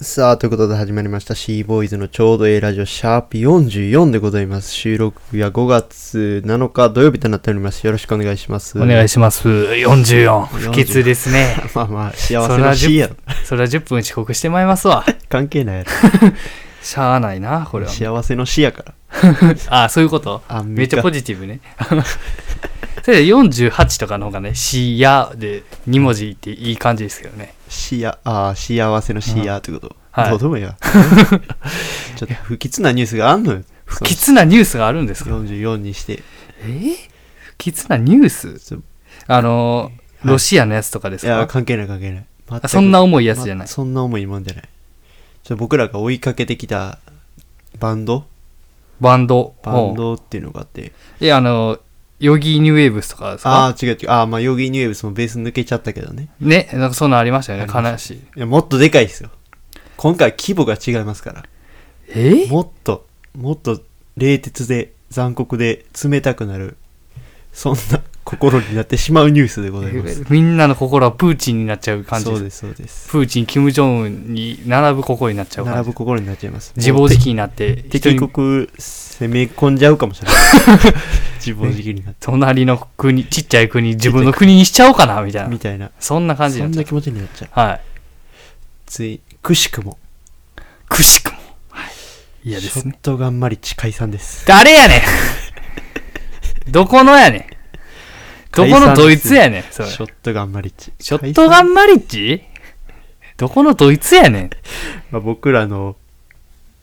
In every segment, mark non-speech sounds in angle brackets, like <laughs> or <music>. さあ、ということで始まりました C ボーイズのちょうどええラジオシャープ44でございます。収録日は5月7日土曜日となっております。よろしくお願いします。お願いします。44。不吉で。です <laughs> ね。まあまあ、幸せな C やろ。それは10分遅刻してまいります <laughs> わ。関係ないやしゃあないな、これろ。は。幸せの C やから。あ、そういうことあめっちゃポジティブね。 <laughs> それで48とかの方がね、しやで2文字っていい感じですけどね。しや、ああ、幸せの C やってこと。はいどうでもいい <laughs> わ。ちょっと不吉なニュースがあんのよ。不不吉なニュースがあるんですか ?44 にして。えー不吉なニュースちょっあのー、はいロシアのやつとかですといや、か関係ない関係ない。全くあそんな重いやつじゃなまい。そんな重いもんじゃないちょっと僕らが追いかけてきたバンドバンド。バンおうドっていうのがあってえ、あのー、ヨギーニューウェーブスとかですかああー違う違うああまあヨギーニューエブスもベース抜けちゃったけどねね、なんかそんなんありましたよね。あり悲しい。いやもっとでかいですよ今回は規模が違いますからえーもっともっと冷徹で残酷で冷たくなるそんな心になってしまうニュースでございますみんなの心はプーチンになっちゃう感じそうでですすそうですプーチン、キム・ジョンウンに並ぶ心になっちゃう感並じぶ心になっちゃいます自暴自棄になってもう人敵に国攻め込んじゃうかもしれない <laughs> 自暴自棄になって隣の国ちっちゃい国自分の国にしちゃおうかなみたいなみたいなそんな感じそにんななっち気持ちになっちゃうゃうはいついくしくもくしくもはい嫌でシすョッねトガンマリッチ解散です誰やね <laughs> んどこのやねんどこのドイツやねんシそれショットガンマリッチョットガ解ンマリッジどこのドイツやねん散まあ、僕らの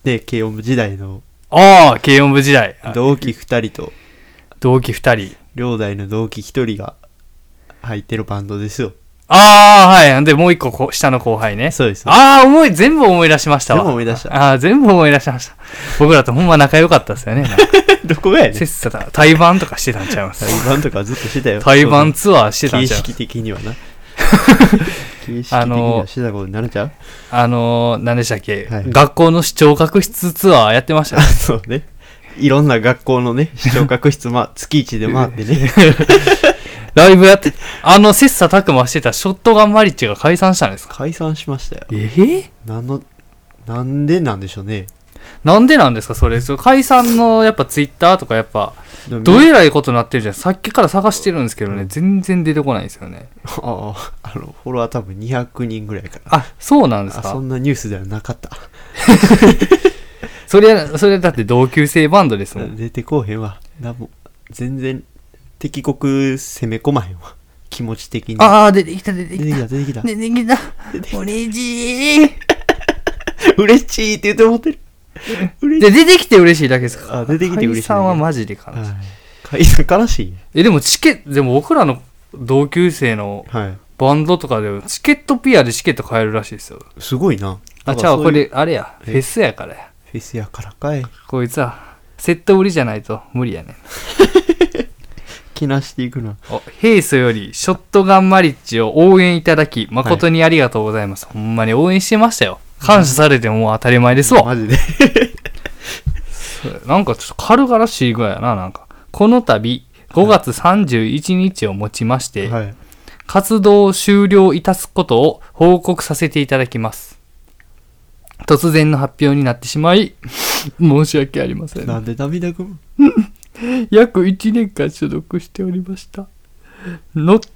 ね慶応時代のああ軽音部時代同期2人と同期二人両代の同期1人が入ってるバンドですよああはいでもう一個こ下の後輩ねそうですああ、思い、全部思い出しましたわ。全部思い出したああー、全部思い出しました。僕らとほんま仲良かったです <laughs> よね。なんかどこがやねん切磋琢磨対バンとかしてたんちゃいます対 <laughs> バンとかずっとしてたよ対バンそツアーしてのたん形ちゃいま式す的には <laughs> な形式的あにのはしてたことになるちゃうあのー、何でしたっけ、はい学校の視聴覚室ツアーやってまし <laughs> たあね。そうねいろんな学校のね視聴覚室、まあ、<laughs> 月1で回ってねライブやって、あの、切磋琢磨してたショットガンマリッチが解散したんですか解散しましたよええなんのなんでなんでしょうねなんでなんですかそれ。それ解散の、やっぱツイッターとかやっぱ、でもどえらいことなってるじゃん。さっきから探してるんですけどね、全然出てこないんですよね。あああのフォロワー多分200人ぐらいかなあ、そうなんですあかそんなニュースではなかったそれ、それだって同級生バンドですもん。出てこうへんわなんも全然敵国攻め込まへんわ気持ち的にああ、出てきた、出て出てききた。た出てきた出てきた。嬉しい。嬉しいって言って思ってる嬉しいで、出てきて嬉しいだけですかあ出てきて嬉しい解散はマジで悲しい。はい解散悲しいねえ、でもチケット、でも僕らの同級生のはいバンドとかでもチケットピアでチケット買えるらしいですよ。すごいなあ、だちかゃらうそうこいうれ、あれや。えフェスやからや。フェスやからかいこいつは、セット売りじゃないと無理やねん。気なしていくなお、ヘイソより、ショットガンマリッジを応援いただき、誠にありがとうございます。ほんまに応援してましたよ。感謝されてもう当たり前ですわ。マジでなんかちょっと軽々しいぐらいやな、なんか。この度、5月31日をもちまして、はい活動を終了いたすことを報告させていただきます。突然の発表になってしまい、 <laughs> 申し訳ありませ。なんんで涙ぐむ約1年間所属しておりました。Not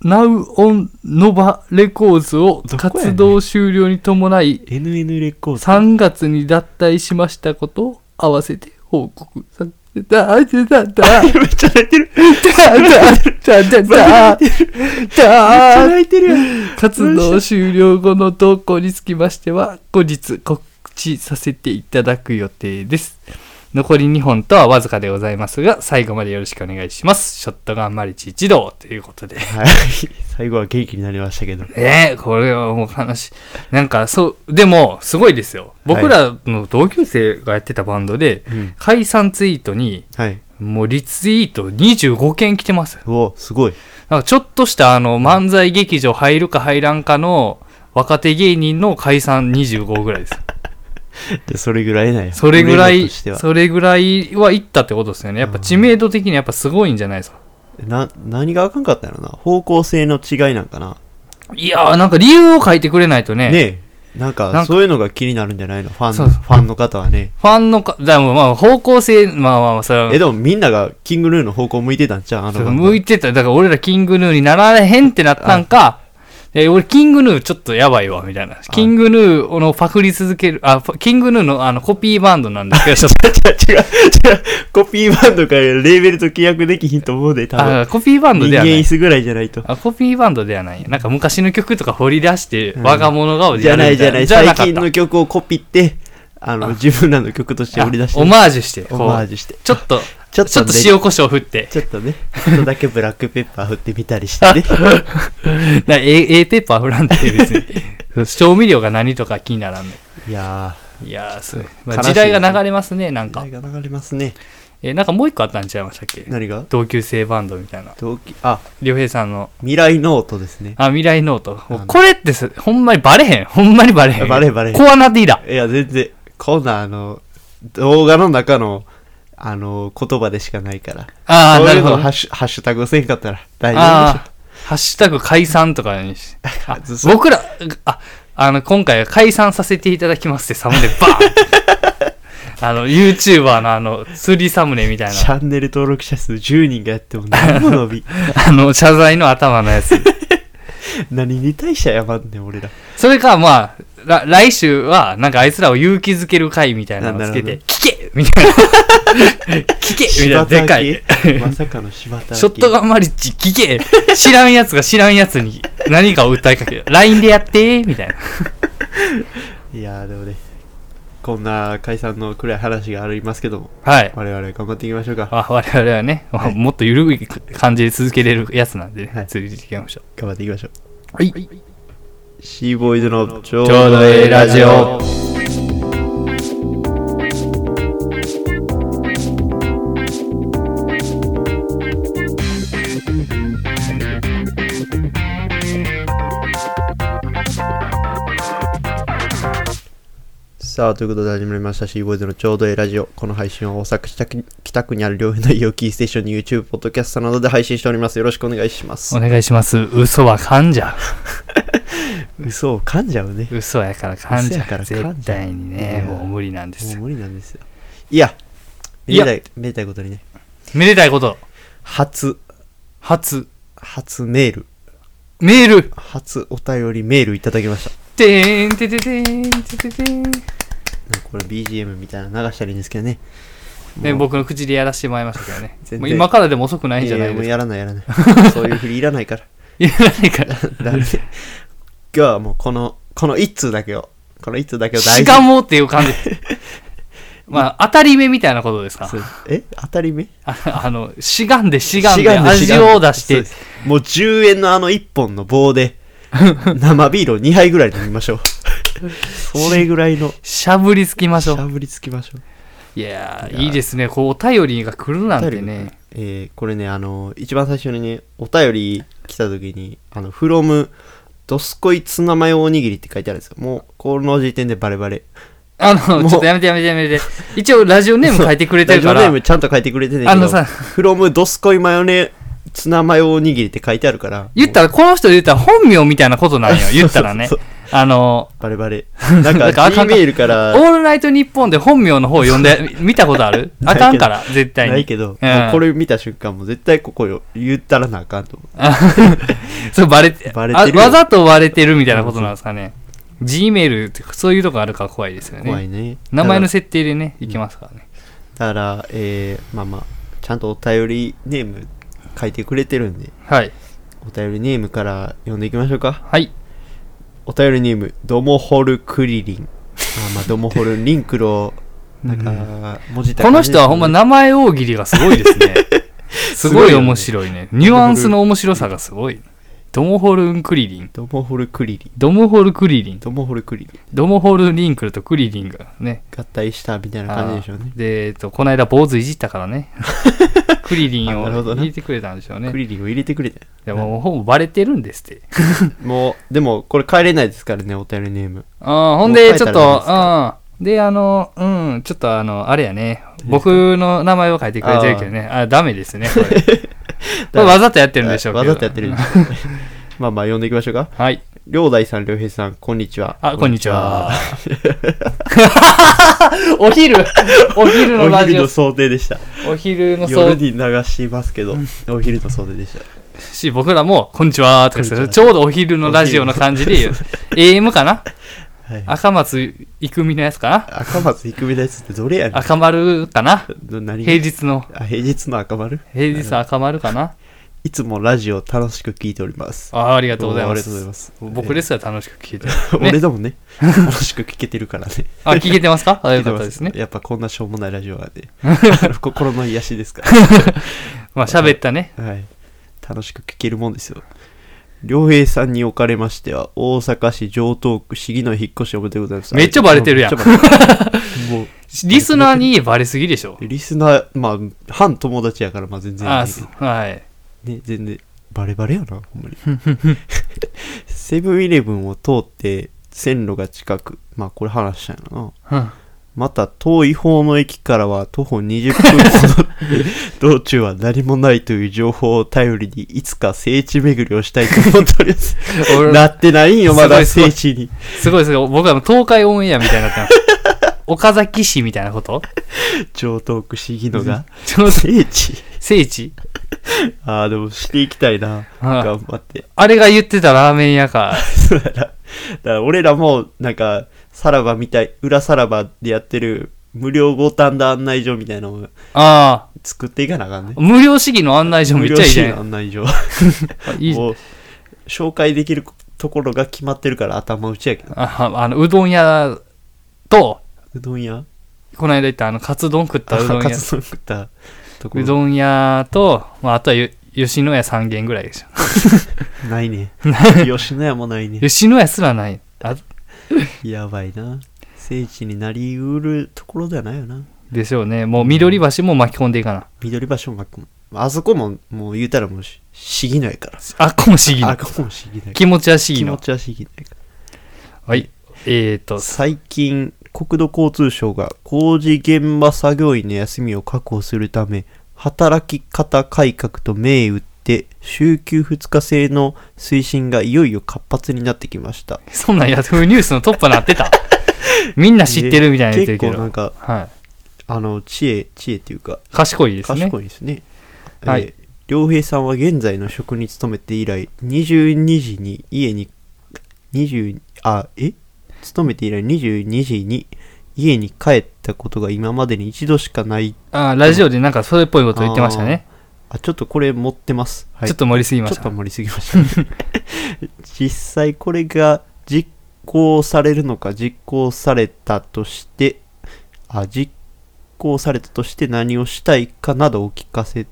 Now on Nova Records をどこやねん活動終了に伴い、 NN レコード3月に脱退しましたことを合わせて報告させてだてだだめっちゃ泣いてるだだだめっちゃだ泣いてるやん <laughs> 活動終了後の投稿につきましては後日告知させていただく予定です残り2本とはわずかでございますが最後までよろしくお願いしますショットガンマリチ一同ということ <laughs> ではい。最後は元気になりましたけど。ええこれはもう悲しいなんかそうでもすごいですよ僕らの同級生がやってたバンドで、うん。解散ツイートにはい。もうリツイート25件来てます。うお、す <laughs> ごい。なんかちょっとしたあの漫才劇場入るか入らんかの若手芸人の解散25ぐらいです。で、それぐらいなんや。それぐら俺い、としてはそれぐらいは行ったってことですよね。やっぱ知名度的にやっぱすごいんじゃないですか。な、何があかんかったんやろな。方向性の違いなんかな。いやーなんか理由を書いてくれないとね。ねえ。なんなんかかそういうのが気になるんじゃないのファンそうそうファンの方はねファンのか、だからもうまあ方向性、まあまあまあ、それはえでもみんながキングヌーの方向向いてたんちゃうあそのう向いてた。だから俺らキングヌーになられへんってなったんか、え俺キングヌーちょっとやばいわ、みたいな。キングヌーのパクり続ける、あ、パキングヌーのあのコピーバンドなんです <laughs> けど、ちょっと違う違う違うコピーバンドからレーベルと契約できひんと思うで多分あコピーバンド人では間ない椅。子ぐらいじゃないとあコピーバンドではない。なんか昔の曲とか掘り出して、我が物顔でじやゃるないみじたゃいな。ないじゃな最かった近の曲をコピってあの自分らの曲として売り出してあオマージュして。オマージュ。ジュしてちょっと、ちょっちょっとね塩コショウ振って。ちょっとねちょっとだけブラックペッパー振ってみたりして <laughs> ねなえ、え、ペーパー振らんで別に。 <laughs> そう調味料が何とか気にならんの。いやいやー、すごい。ま悲あ、しい時代が流れますね、なーんか時。代が流れますねえ、なんかもう一個あったんちゃいましたっけ何が同級生バンドみたいな。同期ありょうへいさんの、未来ノートですねあ、未来ノート。もあうのこれってす、ほんまにバレへん。 <laughs> ほんまにバレへん。バレバレへんコアなディーラいや、全然、こんな、あの、動画の中の、あの、言葉でしかないから。ああ、そうないうるほのど。ハッシュ、ハッシュタグせんかったら大丈夫でしああ、ハッシュタグ解散とかにし。あず <laughs> そう僕ら、あ、あの、今回は解散させていただきますってサムネバー <laughs> ンあの、YouTuber のあの、釣りサムネみたいょ。なチ、ャンネル登録者数10人がやっても <laughs> 何も伸び。あの、謝罪の頭のやつ。何に対して謝んねん、俺ら。それか、まあ、ら来週は、なんかあいつらを勇気づける回みたいなのをつけなてる、聞けみ <laughs> たいな。聞けみたいな、でかい。柴田明まさかの柴 <laughs> 田明ショットガンマリッジ聞け知らんやつが知らんやつに何かを訴えかける。LINE でやってみたいな。いやー、でもね、こんな解散の暗い話がありますけども、はい。我々頑張っていきましょうか。あ我々はね、まあもっと緩い感じで続けれるやつなんでね、はい続けていきましょ頑張っていきましょう。う。はい。ちシーボーイズのちょうょうどええラジオ。。さあ、ということで始まりました C ボーイズのちょうどええラジオ。この配信は大阪北区北区にある両辺のイオキーステーションに YouTube、ポッドキャストなどで配信しております。よろしくお願いしますお。願いします。嘘は噛んじゃ嘘を噛んじゃうね。う。嘘やから噛んじ嘘ゃやかう。ら噛んじゃう絶対にいねや、もう無理なんですもよ。う無理なんですよ。いや、めいでやたい、めでたいことにね。めでたいこと、初、初、初メール、メール。初お便りメールいただきました。てーんてててーんてててーん。なんかこれ BGM みたいなの流したらいいんですけどね。ね、もう僕の口でやらせてもらいましたけどね <laughs> 全然。もう今からでも遅くないんじゃないやもでうすか。やらないやらない。 <laughs> そういう振りいらないから。いら <laughs> ないから。だって、今日はもうこの、この一通だけを、この一通だけをし事かもってい <laughs> う感じ。まあ、当たり目みたいなことですかそ。うえ当たり目ああの、しがんでしがんで違うんだ味違うんだを出しそうてで、すもう10円のあの1本の棒で <laughs> 生ビールを2杯ぐらい飲みましょうそれぐらいのしゃぶりつきましょしゃう。ぶりつきましょういやーいやーいいですね。こう、お便りが来るなんてお便りね。えーこれねあの一番最初にねお便り来た時に「あのフロムドスコイツナマヨおにぎり」って書いてあるんですよもうこの時点でバレバレあもうの、ちょっとやめてやめてやめて。一応、ラジオネーム書いてくれてるラかジオネーら、ムちゃんと書いてくれてんねんけどあのさフロムドスコイマヨネツナマヨおにぎり」って書いてあるから言ったら、この人言ったら本名みたいなことなんよ <laughs> 。そうそうそう言ったらね。あの、バレバレなんなかんかあか G んかメールかオらールナイトニッポンで本名の方呼 <laughs> んで、見たことあるないあけどかんから、絶対に。ないけど、うんもうこれ見た瞬間もう絶対ここよ言ったらなあかんと思うあ <laughs> それバレてバレてるよあわざとバレてるみたいなことなんですかね。G メールってそういうとこあるから怖いですよね。怖いね名前のだか設定でね、いきますからね。らだからえー、まあまあちゃんとお便りネーム書いてくれてるんではい。お便りネームから読んでいきましょうかはい。お便りネームドモホルクリリンあーまあドモホルリンク <laughs> ロなんか文字この人はほんまな名前大喜利がすごいで <laughs> すね。すごい面白いね。ニュアンスの面白さがすごい。ドモホルンクリリン。ドモホルクリリンドモホルクリリン。ドモホルクリリンドモホルリンクルとクリリンがね。合体したみたいな感じでしょうねあーで、えっと、この間坊主いじったか <laughs> らね。クリリンあなるほをどね入れてくれたんでしょうねク。リリンを入れてくれたでももうほぼバレてるんです <laughs> って。もうでもこれ変えれないですからねお便りネームああ、ほんもで、うち書ょいったらと、うん。で、あの、うん、ちょっとあの、あれやね。僕の名前を書いてくれてるけどね。あダメで <laughs> すね、これ。これわざとやってるんでしょうけど。わざとやってるんでしょうまあまあ呼んでいきましょうか <laughs> はい。両大さん、両平さん、こんにちは。あ、こんにちは。 <laughs> お昼お昼のおラジ昼オの、想定でした。お昼の夜そうに流しますけど、お昼の想定でした。し、僕らも、こんにちはとかすこんるにちょうどお昼のラジオの感じで言う。AM かなはい、赤松育美のやつかな赤松育美のやつってどれやねん赤丸かなど何平日の、あ平日の赤丸平日赤丸かないつもラジオ楽しく聞いております。あありがとうございまありがとうございす。ます。僕ですら楽しく聞いてえー。ね俺でもね、楽しく聞けてるからね。あ、聞けてますかあ、よかっ <laughs> 聞いたてまですね。やっぱこんなしょうもないラジオは <laughs> ね、あの心の癒しですから。まあ、喋ったね。はい。楽しく聞けるもんですよ。良平さんにおかれましては、大阪市城東区市議の引っ越しおめでとうございます。めっちゃバレてるやんめっちゃバレてるもリスナーにバレすぎでしょ。う、リスナー、まあ、反友達やから、まあ全然いいあけどすはい。ね、全然バレバレやなほんまに <laughs> セブンイレブンを通って線路が近くまあこれ話したんやろなうんまた遠い方の駅からは徒歩20分ほど道中は何もないという情報を頼りにいつか聖地巡りをしたいと思っており <laughs> ます <laughs> 俺なってないんよますごだいすご聖い地にすごいすごい。僕はもう東海オンエアみたいにな <laughs> ってます。岡崎市みたいなこと上東区市議のがちょっと聖地聖地ああでもしていきたいなはい頑張ってあれが言ってたラーメン屋か。そうだな。だから俺らも、なんか、さらばみたい、裏さらばでやってる、無料五反田案内所みたいなのをあ作っていかなあかんねあ。。無料市議の案内所め無っ料ちゃいいじ支ゃ援ん。案内所。いいじゃんもう、紹介できるところが決まってるから頭打ちやけど。ああの、うどん屋と、うどん屋この間言ったあの、カツ丼食ったうどんカ屋。ツ丼食ったとこうろ。どん屋と、まあ、あとはゆ吉野家3軒ぐらいでしょ。ない <laughs> ね。吉野家もないね。吉野家すらない。あやばいな。聖地になりうるところではないよな。でしょうね。もう緑橋も巻き込んでいかな。緑場所もあっこもあそこも、もう言うたらもうし、市議のやから。あっこも市議あの。ここも市議のやから。気持ちは市議気持の。ちは市議のやから。はい。えーと、最近国土交通省が工事現場作業員の休みを確保するため働き方改革と銘打って週休2日制の推進がいよいよ活発になってきましたそんなんヤフーニュースのトップなっ <laughs> てた。みんな知ってるみたいな言って結るけ構などん。かはあの知恵知恵っていうかい。賢いですね。賢いですねはいえー良平さんは現在の職に勤めて以来22時に家に20あえ勤めて以来22時に家に帰ったことが今までに一度しかないあーラジオでなんかそれっぽいこと言ってましたね。あちょっとこれ持ってます、はい、ちょっと盛りすぎまし。ちょったと盛りすぎました <laughs> 実際これが実行されるのか実行されたとしてあ実行されたとして何をしたいかなどお聞かせ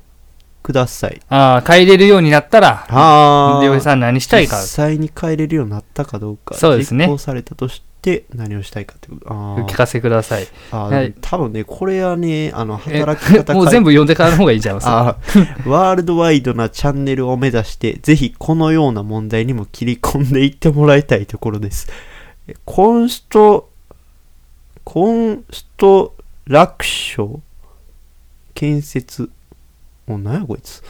くださいああ、帰れるようになったら、ありょうへいさん何したいか実。際に帰れるようになったかどうかそうですね実行されたとして何をしたいかってことあお聞かせください。ああー、はい多分ねこれはねあのえ働き方改革 <laughs> もう全部読んでからの方がいいんじゃん。あーワールドワイドなチャンネルを目指して、ぜひこのような問題にも切り込んでいってもらいたいところです。えコンスト、コンストラクション建設。もう何やこいつ。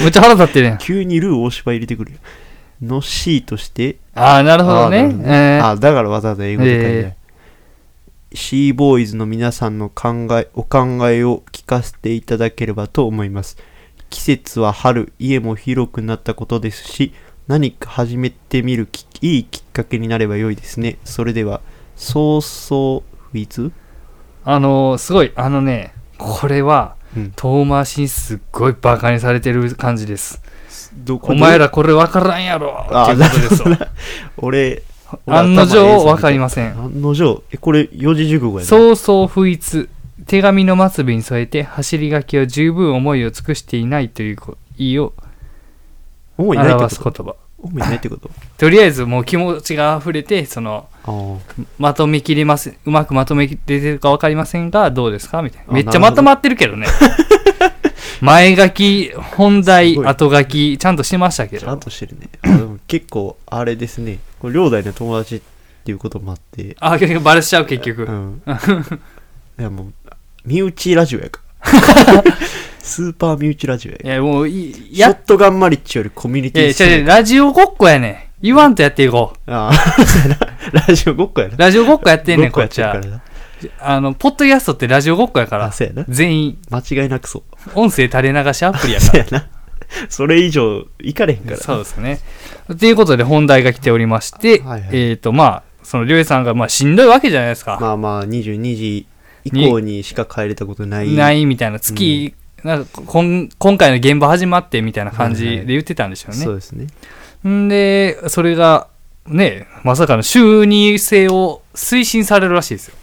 めっちゃ腹立ってるやん。急にルー大芝入れてくるよ。の C として、ああ、なるほどあねーなるほ。どえーあ、だからわざわざ英語で書いてない。シーボーイズの皆さんの考え、お考えを聞かせていただければと思います。季節は春、家も広くなったことですし、何か始めてみるきいいきっかけになれば良いですね。それでは、そうそうフィズあのーすごい、あのね、これはうん、遠回しにすっごいバカにされてる感じです。どお前らこれ分からんやろっていうことですわ。俺、俺案の定分かりまません。案の定、え、これ四字熟語やな。そうそう不一手紙の末尾に添えて走り書きは十分思いを尽くしていないという意を思いないってこ表すと言葉思いないってこととりあえずもう気持ちが溢れてそのあーまとめきれますうまくまとめきれてるか分かりませんがどうですかみたいなあめっちゃなるほまどとまってるけ <laughs> どね前書き本題すごい後書きちゃんとしてましたけちゃんどとしてるね。あでも結構、あれですね。これ、両代の友達っていうこともあって。あ結局バレしちゃう結う <laughs> 局 <laughs> ん。いや、もう、身内ラジオやから。スーパーミューチラジオや。いや、もういい、ショやッ、トガンマリッチよりコミュニいや、テ違ィう違う、ラジオごっこやねん。言わんとやっていこう。ああ、 <laughs> ラジオごっこやな。ラジオごっこやってんねん、ごこやっっちてるかはら。なあの、ポッドキャストってラジオごっこやかあ、ら、そうやな。全員、間違いなくそう。音声垂れ流しアプリや <laughs> かそうら。やな。それ以上、いかれへんからな。そうですね。ということで本題が来ておりまして、はいはいえっ、と、まあ、その、りょうえさんが、まあ、しんどいわけじゃないですか。まあまあ、22時以降にしか帰れたことない。ないみたいな、月、なんかこん、今回の現場始まってみたいな感じはいはでい言ってたんでしょうね。そうですね。んで、それが、ね、まさかの収入制を推進されるらしいですよ。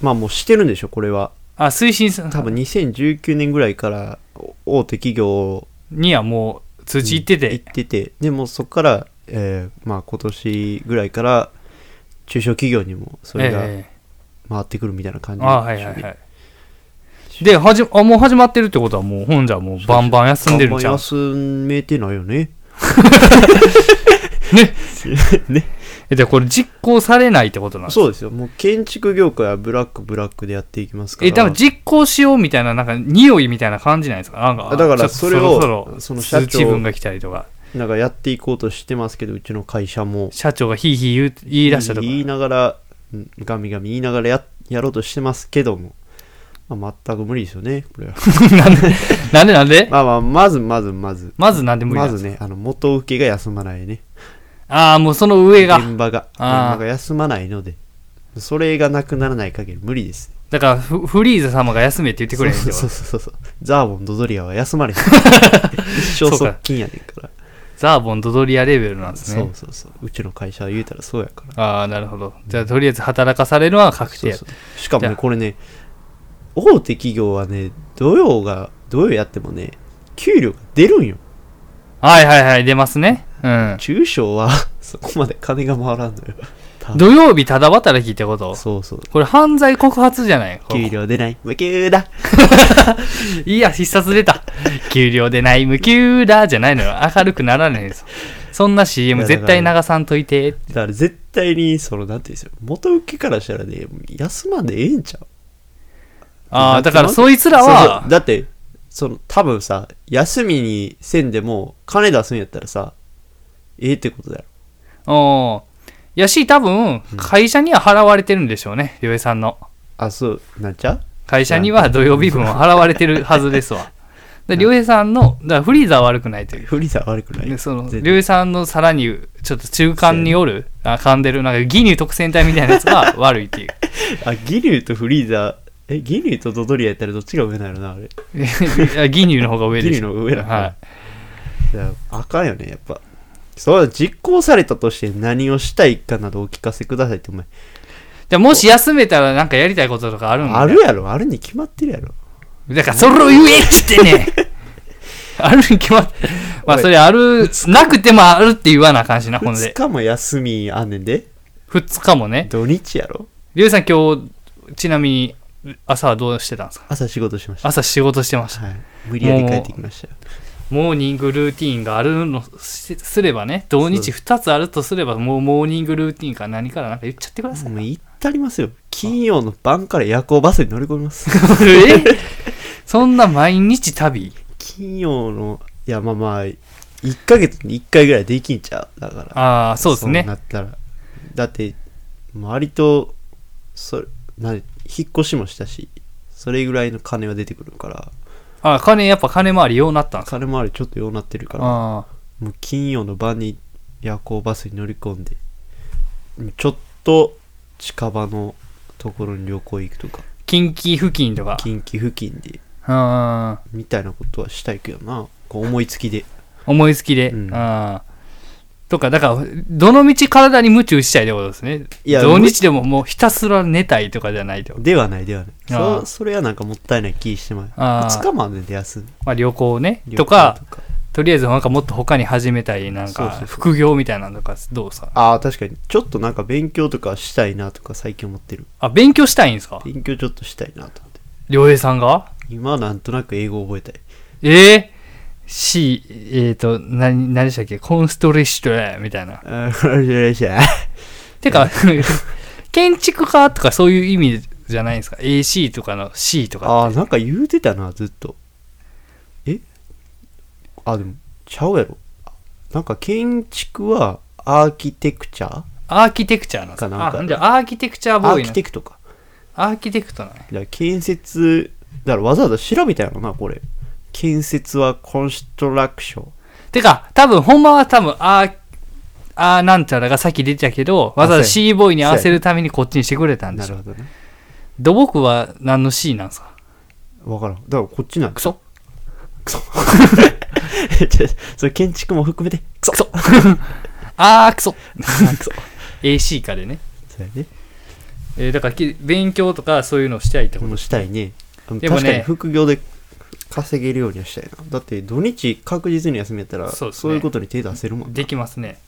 まあもうしてるんでしょ、これは。あ、推進さ多分2019年ぐらいから大手企業にはもう通知行ってて行、ってて、でもそこから、えーまあ今年ぐらいから中小企業にもそれがええ回ってくるみたいな感じなあんはでいしょはうねいはい。で、はじあもう始まってるってことは、もう本じゃもうバンバン休んでるんじゃあんま。休めてないよね。ねね。え、じゃあこれ実行されないってことなんですかそうですよ。もう建築業界はブラックブラックでやっていきますから。え、多分実行しようみたいな、なんか匂いみたいな感じなんですかなんか、あだからちょっとそれをろそそろの社長通知文が来たりとか、なんかやっていこうとしてますけど、うちの会社も。社長がヒーヒー言う言い出したとか、言いながら、うんガミガミ言いながらややろうとしてますけども。まあ、全く無理ですよね、これ <laughs> は。なんで、なんでなんでまあまあ、まずまずまず。まずなんで無理なまんですずね、あの、元請けが休まないね。ああ、もうその上が。現場が。現あー場が休まないので。それがなくならない限り無理です。だからフ、フリーザ様が休めって言ってくれへんけそうどそうそうそう。ザーボン、ドドリアは休ま <laughs> れへん。一生側近やねんから。ザーボンドドリアレベルなんですそうね。そうそう。うちの会社は言うたらそうやから。ああ、なるほど。じゃあ、とりあえず働かされるのは確定やそうそうしかもじゃねあこれね大手企業はね土曜が土曜やってもね給料が出るんよはいはいはい、出ますね。うん。中小は <laughs> そこまで金が回らんのよ多分土曜日ただ働きってことそうそうこれ犯罪告発じゃないこれ給料出ない無給だいや、必殺出た。給料でない、無給だ、じゃないのよ。明るくならないんですよ。そんな CM いやだ絶から対流さんといて。だから絶対にそのなんていうんですよ元請けからしたらね休まんでええんちゃうあなあ、んてだからなんてそいつらそうはそう、だってその多分さ休みにせんでも金出すんやったらさええってことだようん。やし、多分、会社には払われてるんでしょうね、ヨエさんの。あそうなんちゃう会社には土曜日分を払われてるはずで <laughs> すわ。で、りょうへさんの、だからフリーザは悪くないという。フリーザー悪くないでその、全然りょうへさんのさらに、ちょっと中間による、あ噛んでる、なんか義乳特選隊みたいなやつが悪い <laughs> っていう。あ、ギリュウとフリーザー、え、ギリュウとドドリアやったらどっちが上なのな、あれ。いや義乳の方が上ギでリュしウょ。の上なのかなはい。いやあかんよね、やっぱ。そう実行されたとして何をしたいかなどお聞かせくださいって、お前。じゃあもし休めたらなんかやりたいこととかあるんだあるやろ、あるに決まってるやろ。だからそれを言えっつっ <laughs> てねあるに決まってまあおいそれあるなくてもあるって言わなあかんしなほん2で日も休みあんねんで、 2日もね土日やろ。りゅうさん今日ちなみに朝はどうしてたんですか朝仕事しました。朝仕事してましたはい。無理やり帰ってきましたよ。モーニングルーティンがあるのしすればね土日2つあるとすればもうモーニングルーティンか何からなんか言っちゃってくださいもう行ったりますよ。金曜の晩から夜行バスに乗り込み <laughs> ます。え <laughs> そんな毎日旅金曜の、いや、まあまあ、1ヶ月に1回ぐらいできんちゃう。だから。ああそうですねなったらだって割とそれな引っ越しもしたしそれぐらいの金は出てくるからああ金やっぱ金回りようなったんですか金回りちょっとようなってるからああもう金曜の晩に夜行バスに乗り込んでちょっと近場のところに旅行行くとか近畿付近とか。近畿付近でうん。みたいなことはしたいけどなこう思いつきで思いつきで。ううんん。とか、だから、どの道体に夢中したいってことですね。いや土日でももうひたすら寝たいとかじゃないと。ではないではないあそーそれはなんかもったいない気してまいあー2日までで休んでまあ旅行ね。旅行とか、とりあえずなんかもっと他に始めたい、なんそうそうかそう副業みたいなのとか、どうさ。ああ、確かに。ちょっとなんか勉強とかしたいなとか最近思ってる。あ、勉強したいんですか勉強ちょっとしたいなと思って。良平さんが今なんとなく英語覚えたい。ええ ?C、えっ、と、な、何でしたっけコンストレシュみたいな。 <laughs> ああ、よいしょ。て <laughs> か、建築家とかそういう意味じゃないんですか ?AC とかの C とか。ああ、なんか言うてたな、ずっと。あでもちゃうやろなんか建築はアーキテクチャアーキテクチャーなんですかなんかあじゃあアーキテクチャーボアーーイキなテクトかアーキテクトなんやだから建設だからわざわざ調べたやろなこれ建設はコンストラクションてか多分ほんまは多分アーあーなんちゃらがさっき出てたけどわざあわざそう C ボーイに合わせるためにこっちにしてくれたんでなしるょほどね土木は何の C なんすかわからんだからこっちなんクかソ <laughs> ちょそれ建築も含めてクソあークソ <laughs> AC かでね、 <laughs> そうやねえーだからき勉強とかそういうのをしてはいってこもとうしたいねあのでもね確かに副業で稼げるようにはしたいなだって土日確実に休めたらそうですねそういうことに手出せるもんできますね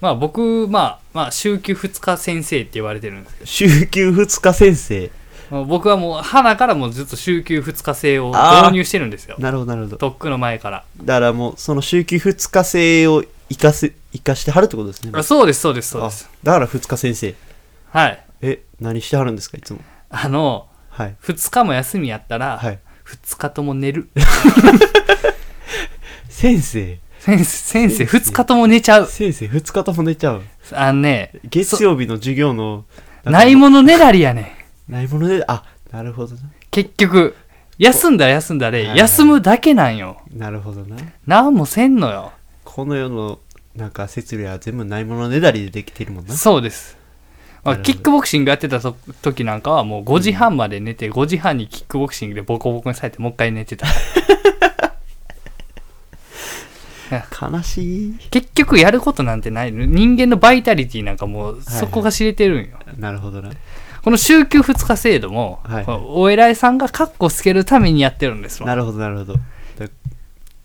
まあ僕まあまあ週休2日先生って言われてるんですけ <laughs> 週休2日先生どまあ僕はもう花からもうずっと週休2日制をあー導入してるんですよなるほどなるほどとっくの前からだからもうその週休2日制を生かせ生かしてはるってことですねあそうですそうですそうですあだから2日先生はいえ何してはるんですかいつもあのはい2日も休みやったら、はい2日とも寝る先生先生先生2日とも寝ちゃう先生2日とも寝ちゃうあのね月曜日の授業のないものねだりやねんないものであなるほどな結局休んだら休んだで、はい休むだけなんよなるほどな何もせんのよこの世のなんか設備は全部ないものねだりでできてるもんなそうです、まあ、なるほキどックボクシングやってたと時なんかはもう5時半まで寝て5時半にキックボクシングでボコボコにされてもう一回 <laughs> 寝てた悲しい結局やることなんてないの人間のバイタリティなんかもうはいそこが知れてるんよ、なるほどなこの週休2日制度も、はいこのお偉いさんがカッコつけるためにやってるんですわなるほどなるほどだ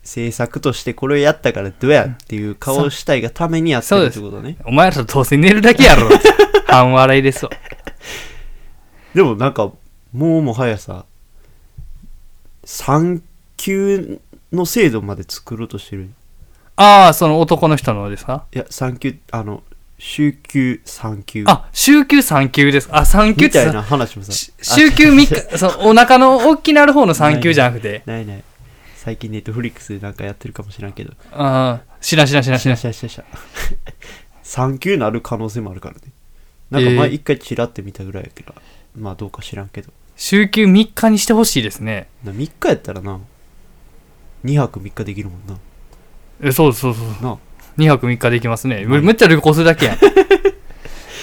制作としてこれをやったからどうやっていう顔をしたいがためにやってそうるでっすてことねお前らどうせ寝るだけ <laughs> やろ半笑いですわでもなんかもうもはやさ産休の制度まで作ろうとしてるああその男の人のですかいや産休あの週休産休あ週休3級ですあ三級っみてたいさな話もさし週休3日そのお腹の大きなる方の3級じゃなくてないない最近ネットフリックスでなんかやってるかもしれんけどああ、知らん知らん知らん知らん。しゃしゃしゃ産休なる可能性もあるからねなんか前えー一回チラって見たぐらいやけど、まあどうか知らんけど週休3日にしてほしいですね。な3日やったらな2泊3日できるもんなえ、そうそうそう。なあ2泊3日できますね。むはいむっちゃ旅行するだけや <laughs> ん。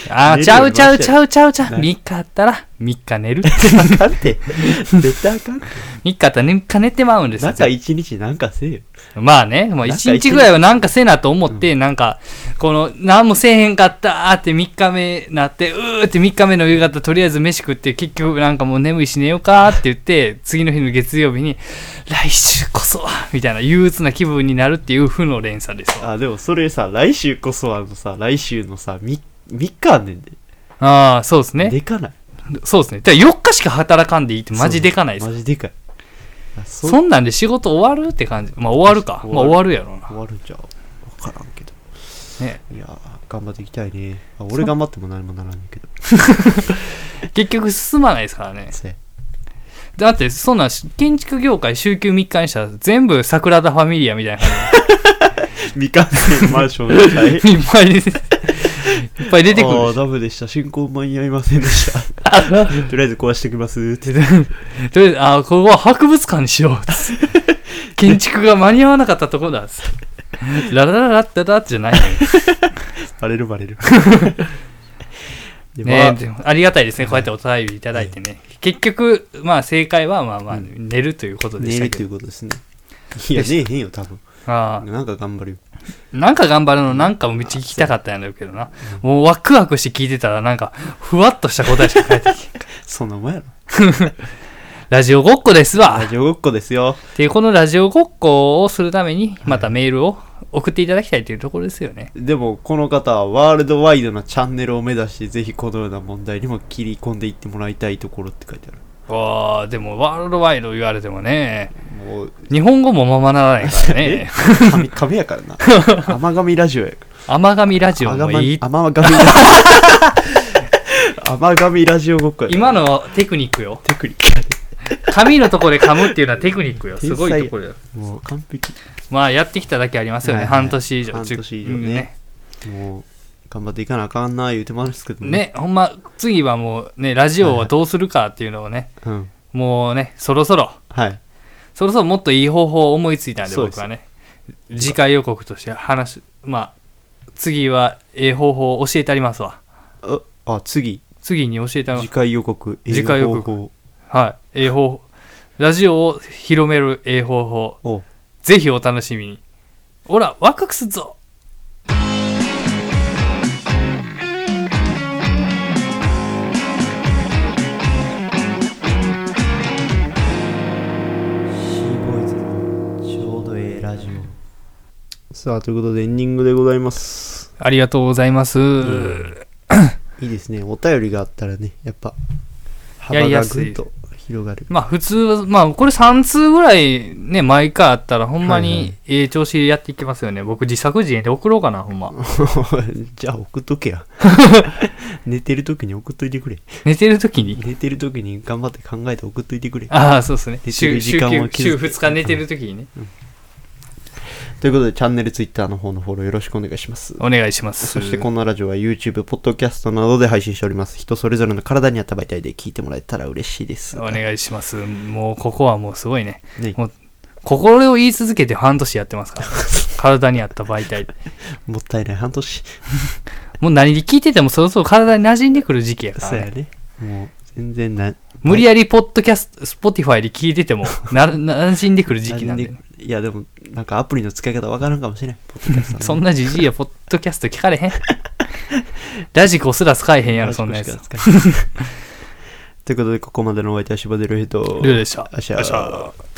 あ寝るー、ちゃうちゃうちゃうちゃうちゃう。な3い日あったら3 <laughs> 日寝る。あかんて絶対あかんて3日あったら3日寝てまうんですよ。中1日なんかせえよまあね、まあなんか1日ぐらいはなんかせなと思って、なんか、この、何もせえへんかったーって3日目なって、うーって3日目の夕方とりあえず飯食って、結局なんかもう眠いし寝ようかーって言って、次の日の月曜日に、来週こそはみたいな憂鬱な気分になるっていう負の連鎖ですわ。あでもそれさ来週こそあのさ来週のさ 3, 3日あんねんでああ、そうですね。でかないそうですね。だから4日しか働かんでいいってマジでかないですマ。ジでかいあそそんなんで仕事終わるって感じ。まあ終わるか。終まあわる終わるやろうな。終わるんちゃう分からんけどね、いやー頑張っていきたいねあ俺頑張っても何もならんねんけど結局進まないですからね。せだってそんなんし建築業界週休3日にしたら全部桜田ファミリアみたいな感未完成マンションの大 <laughs> 変じいっぱい出ていっぱい出てくああ、るダメでした。進行間に合いませんで <laughs> した。とりあえず壊しておきます <laughs> って。とりあえずあーここは博物館にしよう建築が間に合わなかったところだララララッタラッじゃない <laughs> のよバレるバレ <laughs> る。でも、ねでもありがたいですねこうやってお便りいただいてね結局まあ正解はまあまあ寝るということで寝したるけといどうことですね。いや、寝えへんよ、多分。あーなんか頑張るよ。なんか頑張るのなんかも道聞きたかったんだけどなもうワクワクして聞いてたらなんかふわっとした答えしか返ってきてそんなもんやろ。ラジオごっこですわラジオごっこですよ。で、このラジオごっこをするために、またメールを送っていただきたいというところですよね。でも、この方はワールドワイドなチャンネルを目指して、ぜひこのような問題にも切り込んでいってもらいたいところって書いてある。わあ、でもワールドワイド言われてもね、もう、日本語もままならないから <laughs> ね。神、神やから <laughs> な。甘神ラジオやか甘神ラジら。オ甘もい神い。甘 <laughs> 神ラジオ。甘神ラジオごっこやから今のテクニックよ。テクニックやね髪のとこで噛むっていうのはテクニックよ。すごいところよ。もう完璧まあ、やってきただけありますよはね。いはい半年以上。半年以上10ねもう頑張っていかなあかんな言うてますけどね。ね、ほんま、次はもうね、ラジオはどうするかっていうのをね、うんもうね、そろそろ、はいそろそろもっといい方法を思いついたんで、そうで僕すはね。次回予告として話し、まあ、次はええ方法を教えてありますわ。ああ次次に教えてあ次ります。回予告次回予告英語はい。ええ方法。ラジオを広めるええ方法。方法をぜひお楽しみに。ほら、ワクワクすっぞシーボーイズのちょうどええラジオさあということでエンディングでございますありがとうございます。いいですねお便りがあったらねやっぱや幅りやがすぐいんと広がるまあ普通は、まあこれ3通ぐらいね、毎回あったらほんまはいはにいええ調子でやっていきますよね。僕自作自演で送ろうかな、ほんま。 <laughs> じゃあ送っとけ <laughs> や寝てる時に送っといてくれ寝てる時に。寝てる時に頑張って考えて送っといてくれああ、そうですね。寝て週る時週間を休削週って2日寝てる時にね。ということでチャンネルツイッターの方のフォローよろしくお願いしますお願いします。そしてこのラジオは YouTube、ポッドキャストなどで配信しております。人それぞれの体に合った媒体で聞いてもらえたら嬉しいです。お願いします。もうここはもうすごいね。ねもう心を言い続けて半年やってます <laughs> から。体に合った媒体。もったいない半年。もう何で聞いててもそろそろ体に馴染んでくる時期やからそうね、やね。もう全然な、無理やりポッドキャスト、スポティファイで聞いててもな馴染んでくる時期なんで、ね。いやでも、なんかアプリの使い方わからんかもし <laughs> れない。ポッドキャストそんなじじいや、ポッドキャスト聞かれへん。ラジコすら使えへんやろ、そんなやつ。ル <laughs> つ。ということで、ここまでのお相手は柴出るヘッド。ーでした。あっしゃーよっしゃー